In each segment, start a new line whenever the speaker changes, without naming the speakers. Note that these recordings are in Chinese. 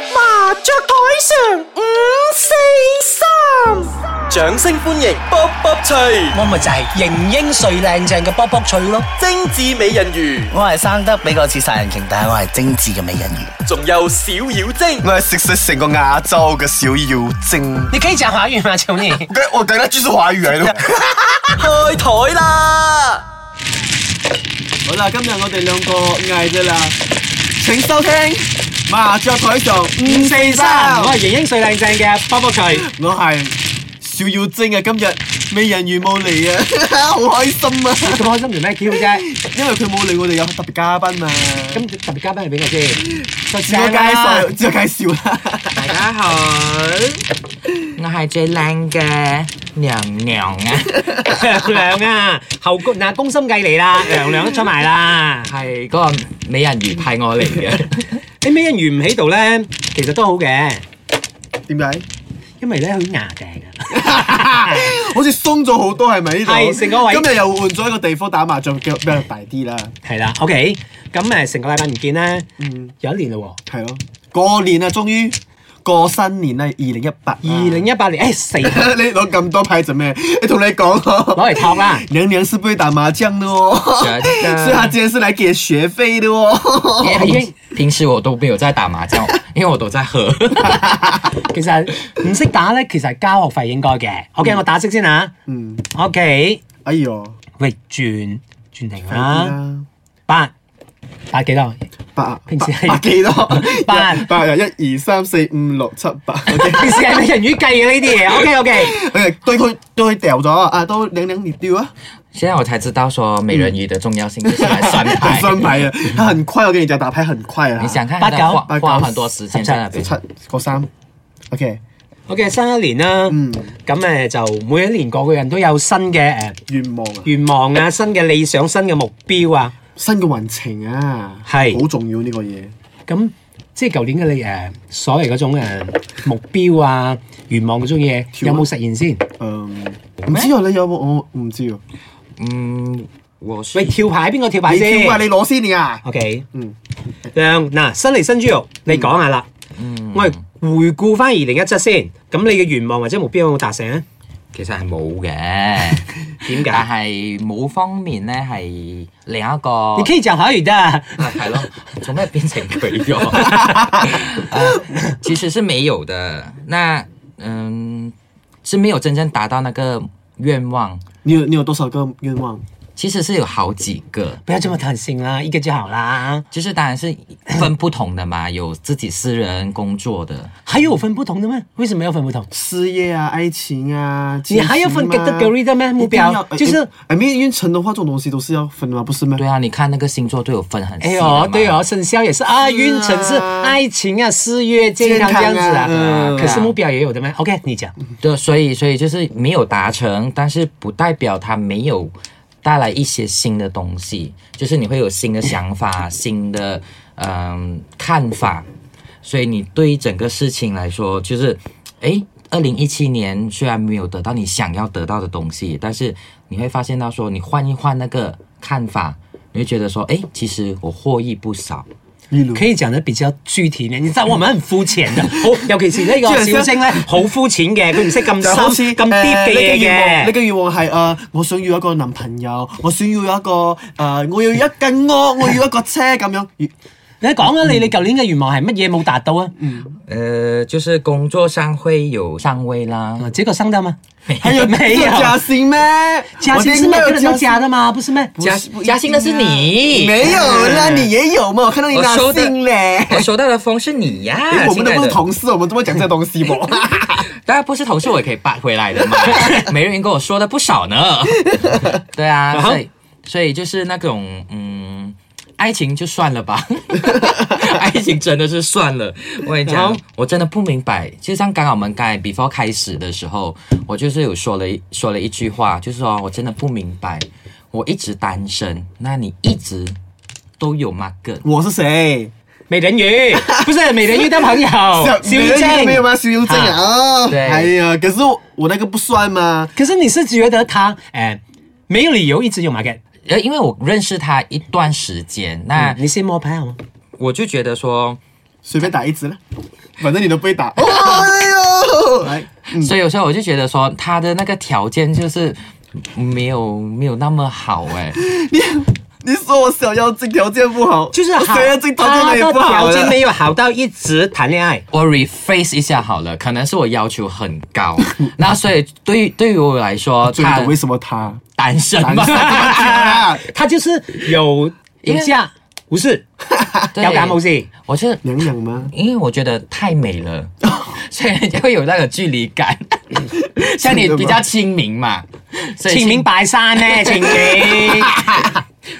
着台上五四三，掌聲歡迎卜卜脆，
我咪就係型英帥靚正嘅卜卜脆咯，
精緻美人魚，
我係生得比較似殺人鯨，但係我係精緻嘅美人魚。
仲有小妖精，
我係食食成個亞洲嘅小妖精。
你可以講華語嗎？求你。
我我等下繼續華語嚟咯。
開台啦！
好啦，今日我哋兩個嗌啫啦，請收聽麻雀台上五四三，
我係型英帥靚正嘅卜卜 脆。
我係小妖精啊！今日美人魚冇 嚟啊，好開心啊！
咁開心做咩 Q 啫？
因為佢冇嚟，我哋有特別嘉賓啊！咁
咁特別嘉賓係邊個先？
就自我介紹，自我介紹啦。
大家好，我係最靚嘅娘娘啊，
娘娘啊，後宮嗱宮心計嚟啦，娘娘都出埋啦。
係嗰個美人魚派我嚟嘅。
你美人魚唔喺度咧，其實都好嘅，
點解？
因為咧佢牙病啊。
好似鬆咗好多係咪呢度？
係成個位
今日又換咗一個地方打麻雀，比較比較大啲啦。
係啦，OK，咁誒成個禮拜唔見啦，
嗯，
有一年嘞喎。
係咯，過年啊，終於過新年啦，二零一八。
二零一八年，誒死啦，
你攞咁多牌做咩？你同你講
攞嚟托啦。
娘娘是不會打麻將的哦，
真 的
所以她今天是來給學費的哦。
因為
已經
平時我都沒有在打麻將，因為我都在喝。
其實唔識打咧，其實係交學費應該嘅。OK，我打色先嚇。
嗯，
OK，
哎呦，
喂，轉轉停
快啲
啦，
啊
啦，
八八幾多？
八
平時係
八幾多？
八
八又一二三四五六七八。OK，
平時係美人魚計嘅呢啲嘢。OK OK，
哎呀對佢對佢掉咗啊！都娘娘你丟啊，
現在我才知道說美人魚的重要性就是來 算牌。
翻牌啊！他很快，我跟你講，打牌很快啊。
你想看
八
他
九
花
八九
花很多時間在那
七
邊。
個三，OK，
OK，新一年啦，
嗯
咁誒就每一年個個人都有新嘅誒
願望啊，
願望啊、新嘅理想、新嘅目標啊。
新嘅運程啊，
係
好重要呢個嘢。
咁即係舊年嘅你誒所謂嗰種誒目標啊、願望嗰種嘢，
跳
有
啊
冇實現先？
嗯，唔知啊，你有冇？我唔知啊。
嗯，我是
喂，跳牌邊個跳牌
你
先
跳啊，你攞先你啊。
？OK。
嗯，
亮嗱，新嚟新豬肉，你講下啦。
嗯
我哋回顧翻二零一七先，咁你嘅願望或者目標有冇達成啊？
其實係冇嘅，
點解
嗯但係冇方面咧係另一個
你。可以講華語的。
啊，係咯， 做咩變成佢 咗？呃其實是沒有的。那嗯，是沒有真正達到那個願望。
你有你有多少個願望？
其實是有好幾個，
不要這麼貪心啦，一個就好啦。
就是當然是分不同的嘛，有自己私人工作的。
還有分不同的嗎？為什麼要分不同？
事業啊，愛情啊，
你還要分
親情啊
category 的咩目標
一定要
就是
呃呃命運程的話，這種東西都是要分的嘛，不是咩？
對啊，你看那個星座都有分很細
哎
的
呦，
嘛
對哦，生肖也是啊，運程是愛情啊、事業、健康這樣子
健康啊
啊。嗯
嗯
可是目標也有的咩？OK，你講。
對，啊所以所以就是沒有達成，但是不代表它沒有帶來一些新的東西，就是你會有新的想法、新的嗯、看法，所以你对整个事情来说，就是诶，二零一七年虽然没有得到你想要得到的东西，但是你会发现到说，你换一换那个看法，你会觉得说，诶，其实我获益不少。
例如
可以講得比較具體啲，你知道我們很膚淺 的，好，尤其是呢個小星咧，好膚淺嘅，佢唔識咁
就好似
深、咁
呃
deep 嘅
你嘅
嘢
願望，
嘅。
你嘅願望係誒，我想要一個男朋友，我想要一個誒、呃我要一間屋，我要一個車咁 樣。
你講啊，你你舊年嘅願望係乜嘢冇達到啊？
呃，就是工作上会有上位啦，
啊，結果生得嗎？
還有
沒啊有
假薪咩？
加薪
我
是
聽
每
到
個人都
加薪
加的嗎？不是咩？
加加薪的是你，
沒有
啊
啦，你也有嘛？我看到你
我
拿
收的
薪嘞。
我收到的風是你呀、
啊
哎我們
親
都
愛
不是
的，
同事，我們怎麼會講這東西不？
當然不是同事，我也可以拔回來的嘛。每人跟我說的不少呢。 對啊，所以所以就是那种嗯，愛情就算了吧， 愛情真的是算了。我跟你
然後
講，我真的不明白。就像剛好我們剛才 before 開始的時候，我就是有說了一说了一句話，就是說我真的不明白，我一直單身，那你一直都有那個。
我是誰？
美人魚，不是美人魚的朋友， 小
沒有沒有
哦正。
嗎？修正啊！哦
對
哎呀，可是我我那個不算嘛。
可是你是覺得他誒、呃沒有理由一直有 market，
呃，因為我認識他一段時間，那
嗯
啊你先摸牌好嗎？
我就覺得說，
隨便打一支啦。反正你都 被打。哦哎呦，来，
所以有时候我就觉得说，他的那个条件就是没有没有那么好哎、
你你说我想要这条件不好，
就是
我
好
想要这，条
他
件也
的
不好
条件
了
没有好到一直谈恋 爱。
我 rephrase 一下好了，可能是我要求很 高，那所以对于对于我来说，
所以你
他
懂为什么他
单身
单
嘛
身，啊
他就是有
因
有
为
价无市，
对
有價冇市。
我是
娘娘吗？
因为我觉得太美 了，所以人家会有那个距离感，像你比较亲民嘛，所以
前面拜山咧，前面，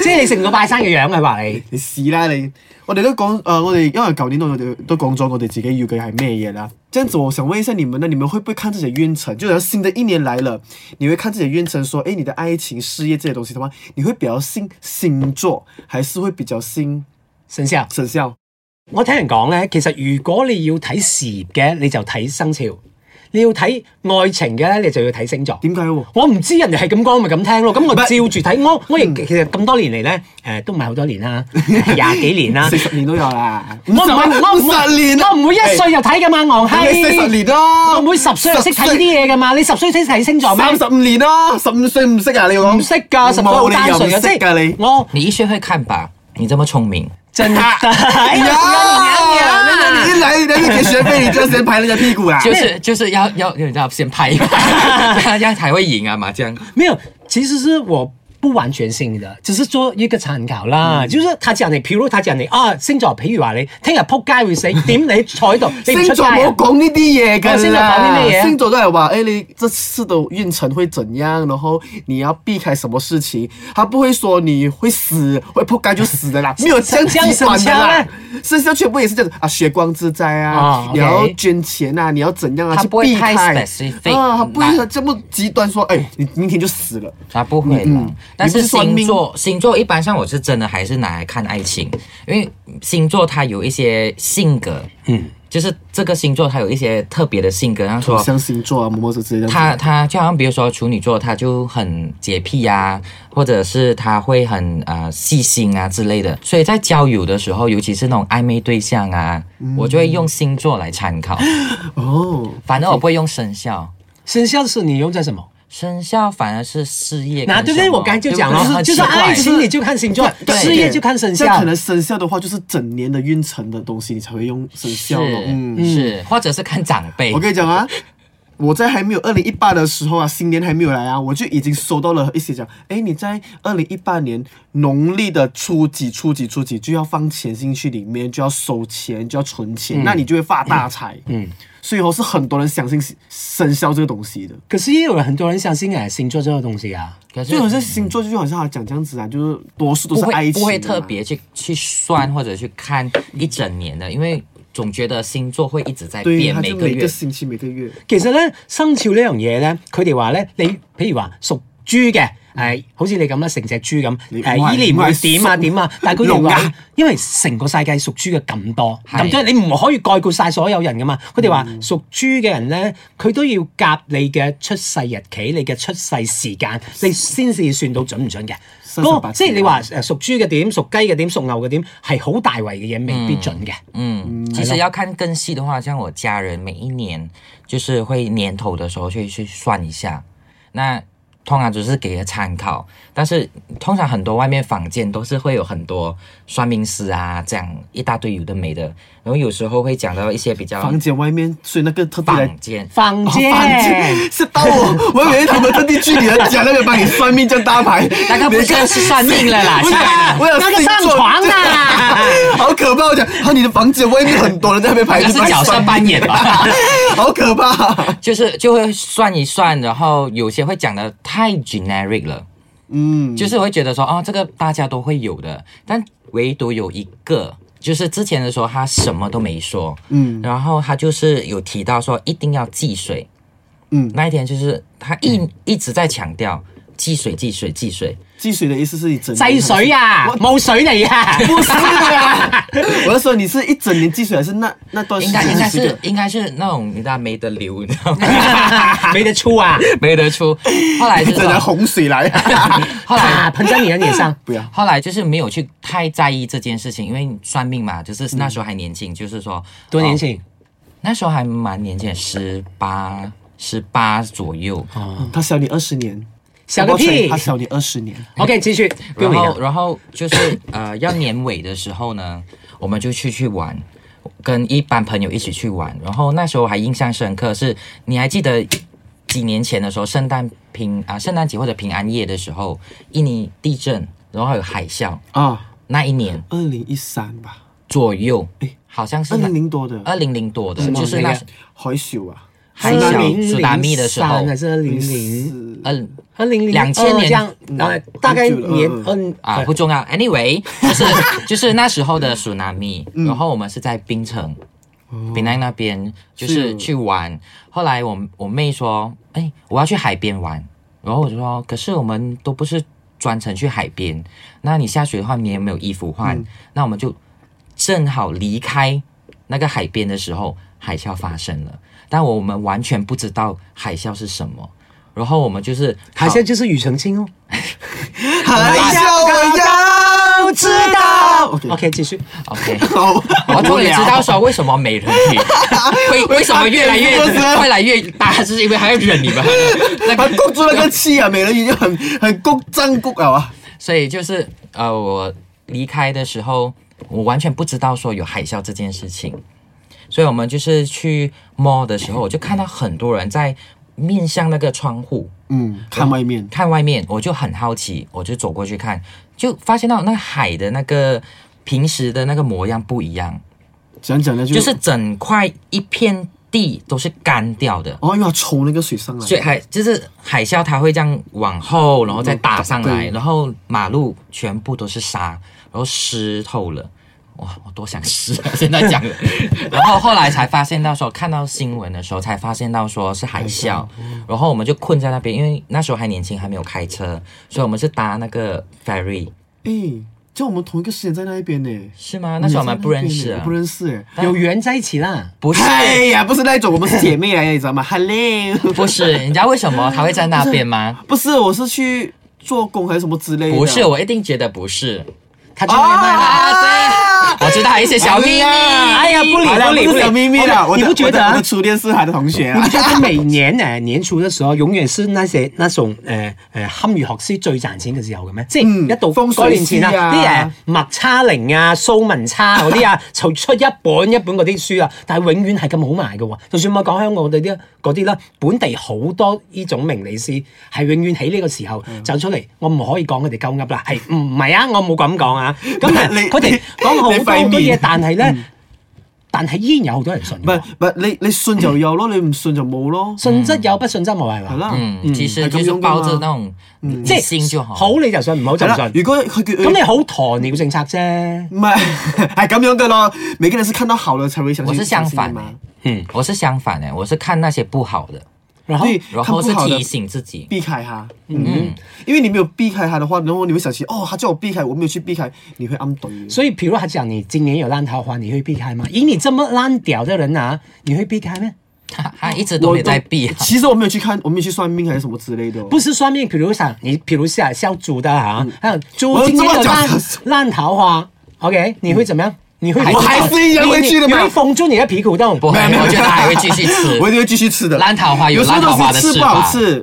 即係你成個拜山嘅樣嘅話你。
你試啦你！我哋都講誒、呃我哋因為舊年我哋都講咗我哋自己要嘅係咩嘢啦。這樣子，我想問一下你們呢，你們會不會看自己的運程？就是新的一年來了，你會看自己的運程，說，哎，你的愛情、事業這些東西的話，你會比較信星座，還是會比較信
生肖，
生肖？
我聽人講咧，其實如果你要睇事業嘅，你就睇生肖；你要睇愛情嘅咧，你就要睇星座。
點解喎？
我唔知人哋係咁講，咪咁聽咯。咁我
唔係
照住睇，我我亦其實咁多年嚟咧，誒、都唔係好多年 啦，廿幾年啦
四。十年都有啦，
我唔係我唔
五十年
會
啊，
我唔會一歲就睇噶嘛，昂閪。
你四十年啦，
我唔會十歲就識睇呢啲嘢噶嘛。你十歲先睇星座咩？
三十五年啦，十五歲唔識啊？你要講
唔識㗎，十歲好
冇理
單
由唔
純嘅，即
識㗎你
係。我
你一学会看吧，你这么聪明，
真的。哎呀
呀！你一来，人家给学费，你就先拍人家屁股啦。
就是就是要要你知道先拍 一拍， 这样才会赢啊麻将。
没有，其实是我不完全信的，只是做一个参考啦。
嗯
就是他讲你，譬如他讲你啊，星座，譬如话你聽日撲街會 死，點你坐喺度，你唔
星
出街
座冇
啊？
講呢啲嘢
哦星
㗎啦，
座講啲咩嘢
星座都係話，誒、你這次的運程會怎樣，然後你要避開什麼事情，他不會說你會死，會撲街就死的啦，沒有這樣
像
極端的啦
像。
生肖全部也是這樣子啊，血光之災啊，
哦
你要
OK
捐錢啊，你要怎樣啊，
他
去
不會
避
太
開
specific，
啊，他不
那
會這麼極端說，哎、你明天就死了。
啊，不
嗯
会啦。但
你不
是
是算
星
命
座，星座一般上我是真的还是拿来看爱情，因为星座它有一些性格，嗯，就是这个星座它有一些特别的性格，像说。
像星座啊，某某之之类的。
他他就好像比如说处女座，他就很洁癖啊，或者是他会很呃细心啊之类的，所以在交友的时候，尤其是那种暧昧对象啊，
嗯
我就会用星座来参考，
哦，
反正我不会用生肖，
生肖是你用在什么？
生肖反而是事业跟
那
什么。
对不对？我刚才就讲
对不
了，
对
就是
很奇怪
爱情你就看星座，
对
事业就看生
像
肖
可。能生肖的话，就是整年的运程的东西，你才会用生
是
肖咯。嗯，
是，或者是看长辈
我。跟你讲啊，我在还没有二零一八的时候啊，新年还没有来啊，我就已经收到了一些讲，哎，你在二零一八年农历的初几、初几、初几就要放钱进去里面，就要收钱，就要存钱，
嗯
那你就会发大财。嗯，所以我是很多人相信生肖这个东西的。
可是也有很多人相信哎星座这个东西啊。
可是
就好像星座，就好像他讲这样子啊，就是多数都
不
是
会
爱情啊
不会
的
特
嘛
别去去算或者去看一整年的，因为总觉得星座会一直在
对，
变，
他
每
就
个
每
月
个。星期每个月。
其實咧生肖呢樣嘢咧，佢哋話咧，你譬如話屬豬嘅，誒、好似你咁啦，成隻豬咁，
你
誒
唔係
依年
唔
會
係
點啊
屬
點啊，但係佢哋
龍
話
啊，
因為成個世界屬豬嘅咁多，
係
咁即係你唔可以概括晒所有人噶嘛。佢哋話
嗯
屬豬嘅人咧，佢都要夾你嘅出世日期、你嘅出世時間，你先至算到準唔準嘅。
生辰
嗰
八
個
字啊
即係你話誒屬豬嘅點、屬雞嘅點、屬牛嘅點，係好大圍嘅嘢，未必準嘅。
嗯，其实要看更细的话，像我家人每一年就是会年头的时候去去算一下，那通常只是给个参考，但是通常很多外面坊间都是会有很多算命师啊，这样一大堆有的没的，然后有时候会讲到一些比较
房间外面，所以那个特地来
坊间
房
哦
間。
是到我，我以为他们特地去你的家那边帮你算命叫大牌，
那个不就是算命了啦，
不是
亲爱的，
我有
那个
星
上
座
床啦，
好可怕！我讲，然后你的房间外面很多人在那边排
那
队，
是角色扮演吧？
好可怕。
就是就会算一算，然后有些会讲的太 generic 了，
嗯，
就是会觉得说哦，这个大家都会有的，但唯独有一个。就是之前的时候，他什么都没说，嗯，然后他就是有提到说一定要忌水，
嗯
那一天就是他一、一直在强调忌水忌水忌水，
积水的意思是你整年
制水啊，
我
冇水嚟啊！
不是啊！我是说你是一整年积水，还是那那段时
应该应
间
该
积水
是
的？
应该是那种你知道没得流，你知道吗？
没得出啊！
没得出。后来 就
整
是
年洪水来，
后来
啊，喷在你的脸上，
不要
后来就是没有去太在意这件事情，因为算命嘛，就是那时候还年轻，就是说
多年、
哦
轻，
那时候还蛮年轻，十八十八左右。
他小你二十年，
小个屁
他小你二十年，
OK，继续。
然
跟我一
后，
样
然后就是呃，要年尾的时候呢，我们就去去玩，跟一班朋友一起去玩。然后那时候还印象深刻是，你还记得几年前的时候，圣诞平啊、圣诞节或者平安夜的时候，印尼地震，然后还有海啸，
啊，
那一年
二零一三吧，
左右，好像是
二零零多的
二啊零零多的，就是那
那个
海啸啊，
海啸苏达米的时候
2003，还是二零零
是
嗯。
二零零
2000年
这样，然后大概
很久了
年
嗯
嗯
啊，不重要。Anyway，就是就是那时候的 tsunami，然后我们是在槟城，槟城那边就是
是
去玩。后来我我妹说，哎，我要去海边玩，然后我就说，可是我们都不是专程去海边，那你下雪的话，你也没有衣服换，那我们就正好离开那个海边的时候，海啸发生了，但我们完全不知道海啸是什么。然后我们就是
好
跑
像就是庾澄庆哦。
海啸，我要知道。OK，
OK，继续。
OK，
好，
我终于知道说为什么美人鱼为为什么越来越
就是
越来越大，就是因为还要忍你们。那
他
个，
勾住那个气啊，美人鱼就很很勾张勾啊哇，
所以就是呃，我离开的时候，我完全不知道说有海啸这件事情，所以我们就是去 mall 的时候，我就看到很多人在面向那个窗户
嗯，看外面，
看外面，我就很好奇，我就走过去看，就发现到那海的那个平时的那个模样不一样，
讲讲呢就
就是整块一片地都是干掉的。
哦，又要冲那个水上来，
所以海就是海啸，它会这样往后，然后再打上来，
嗯对
然后马路全部都是沙，然后湿透了。哇，我多想湿啊！ 现在 讲的，然后后来才发现到说，看到新闻的时候才发现到说是海啸，然后我们就困在那边，因为那时候还年轻，还没有开车，所以我们是搭那个 ferry，
哎，就我们同一个时间在那一边呢。
是吗？那时候我们不认识
我
啊
不，认识哎。
有缘在一起啦。
不是，
哎呀，不是那种，我们是姐妹来啊的，你知道吗？Hello，
不是，你知道为什么他会在那边吗？
不是，我是去做工还是什么之类的。
不是，我一定觉得不是。
他去外卖啦。
啊，对，我知道还有一些小秘密。
哎呀，不理
好了
不
不
理
是小秘密了。
我
我
你
的
不觉得
我的我
啊
的？初恋是他的同
你
学 啊
不？觉得每年誒年初嘅時候，永遠是那些那呃種誒誒堪輿學師最賺錢嘅時候嘅咩？即
嗯
係一到
風水
嗰年前
師
啊，
啊
啲誒麥差玲啊、蘇文差嗰啲啊， 就出一本一本嗰啲書啊，但係永遠係咁好賣嘅喎。就算我講香港嗰啲嗰啲啦，本地好多呢種名理師係永遠喺呢個時候
嗯
走出嚟，我唔可以講佢哋鳩噏啦，係唔係啊？我冇咁講啊。咁但係
你
佢哋講好多
你
好
塊
多嘢
面，嗯
但係咧，但係依然有好多人信嘅
唔係
喎。
唔係，你你信就有咯，你唔信就冇咯，
信則有，不信則無係嘛
係？啦。
嗯，其实
係咁
就是
樣㗎
抱着
嘛嗯
那种
即
即
係
心就好。
好你就信，唔好就
係
唔
啦，
信。
如果佢叫
咁你好鴕鳥政策啫。
唔係係咁樣嘅咯，每個人是看到好了才會相
我
信。
是相反
相信的
的
嘛，
嗯，我是相反的，我是看那些不好的，
然後
所以看
然后
不
是
好的
提醒自己。
避開它。嗯，因為你沒有避開它的話，然後你會想起哦，他叫我避開，我沒有去避開，你會暗懟。
所以，譬如他講你今年有爛桃花，你會避開嗎？以你這麼爛屌的人啊，你會避開咩？
他他一直都没在避啊，
其实我没有去看，我没有去算命还是什么之类的、哦。
不是算命，比如想你，比如下消主的啊，還有
嗯我
豬
有
今年有
這麼
爛
講
爛桃花，OK，你會怎麼樣？你會
我
還是一樣會去的
你
嘛
你會封住你的皮股洞。
不会，我觉得他还会继续吃
我。一定会继续吃的。
烂桃花有
有时
烂
候
桃花
都
的
是
吃
吃不
法
好吃，
食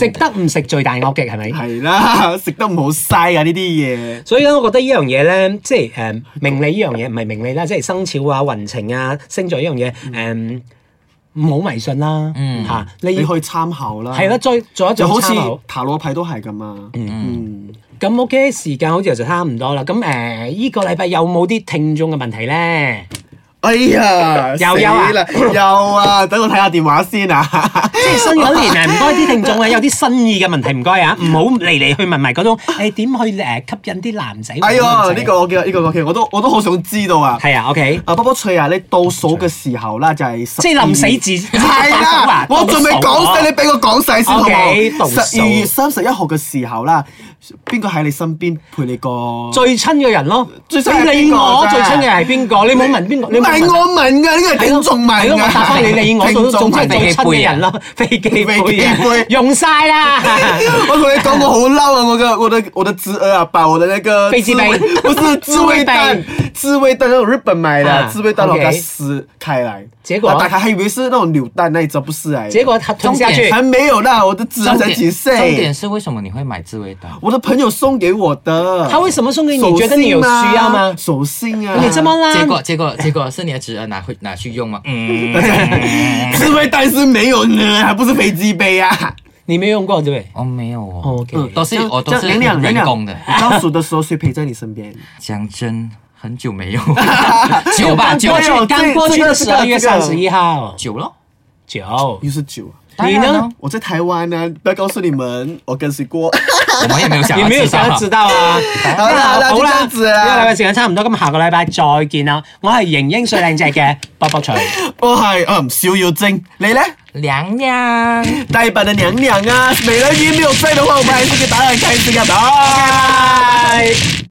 真的，
得唔食最大惡極係咪？
系啦，食得唔好嘥啊呢啲嘢。
所以咧，我覺得呢樣嘢咧，即係誒、命理呢樣嘢，唔係命理啦，即係生肖啊、運程啊、星座呢樣嘢，誒、唔好迷信啦，嚇、
嗯
嗯你啊
你可以參考啦。
係啦，，再做一
就
做
好
參
似
考。
塔羅牌都係咁嘛。嗯，
咁 OK，時間好似就差唔多啦。咁誒，依、個禮拜有冇啲聽眾嘅問題 咧？
哎 呀，
又有啊
死啦有啊，等我睇下電話 先啊。
即係新嗰年誒，唔該啲聽 眾啊，有啲新意嘅問題唔該啊，唔好嚟嚟去問埋嗰種 誒點、去誒吸引啲男仔。
哎
呀，
呀，呢個我記得，呢個我記得，我都我都好想知道啊。
係啊，OK，
啊，波波翠啊，你倒數嘅時候啦，就係
即係臨死之
係 啦，我仲未講晒，你俾我講晒先好
啊 OK，倒
冇？
數
十二月三十一號嘅時候啦，邊個喺你身邊陪你過？
最親嘅人咯，
最親係
你理
邊個
我
啫
最親嘅係邊個？你冇問邊個，你冇
係我問㗎，呢個係聽眾問
係咯，我
㗎。
答翻你，你我做總之係做親嘅人咯，啊 飛機杯啊
飛機杯
用晒啦。
我同你講，我好嬲啊！我嘅我的我的侄兒啊，把我的那個
飛機杯
自衛不是自卫蛋，自卫蛋那种日本买的
啊
自卫蛋，我给它
OK
撕开来，
结果
我打开还以为是那种扭蛋那一招，不是 哎，
結果他吞下去
重點，
还没有呢，我的侄
重
儿才
点
几
重
岁，
点是为什么你会买自卫蛋？
我的朋友送给我的，
他为什么送给你？
手
觉得你有需
信啊
要吗？
手信啊，
你这么烂，
结果结果结果是你的侄儿拿回拿去用吗？嗯，
自卫蛋是没有呢，还不是飞机杯啊？
你没用过对不对？
哦没有哦，
哦，OK
嗯
都是
这样
我都是
这样娘娘
人工的
娘娘你倒数的时候谁陪在你身边？
讲真，很久 没有， 久吧
刚
久
过
哎
去
呦
刚过去
这
的
个
十二月
这个
三十一号
久了，
九，
又是酒啊。
当
你
然
呢
哦？
我在台湾呢、不要告诉你们我跟谁过。
我们也没有想
你
要
没有
知道
想要知道啊？
好啦好啦
好
就這
啦，
樣
呢個
子
禮
啦
拜時間差唔多，咁下個禮拜再見啦。我係型英最靚仔嘅卜卜徐，
我係嗯小妖精，你呢？
娘娘。
大版的娘娘啊，美人鱼没有飞的话，我们还是可以打得很开心啊。拜。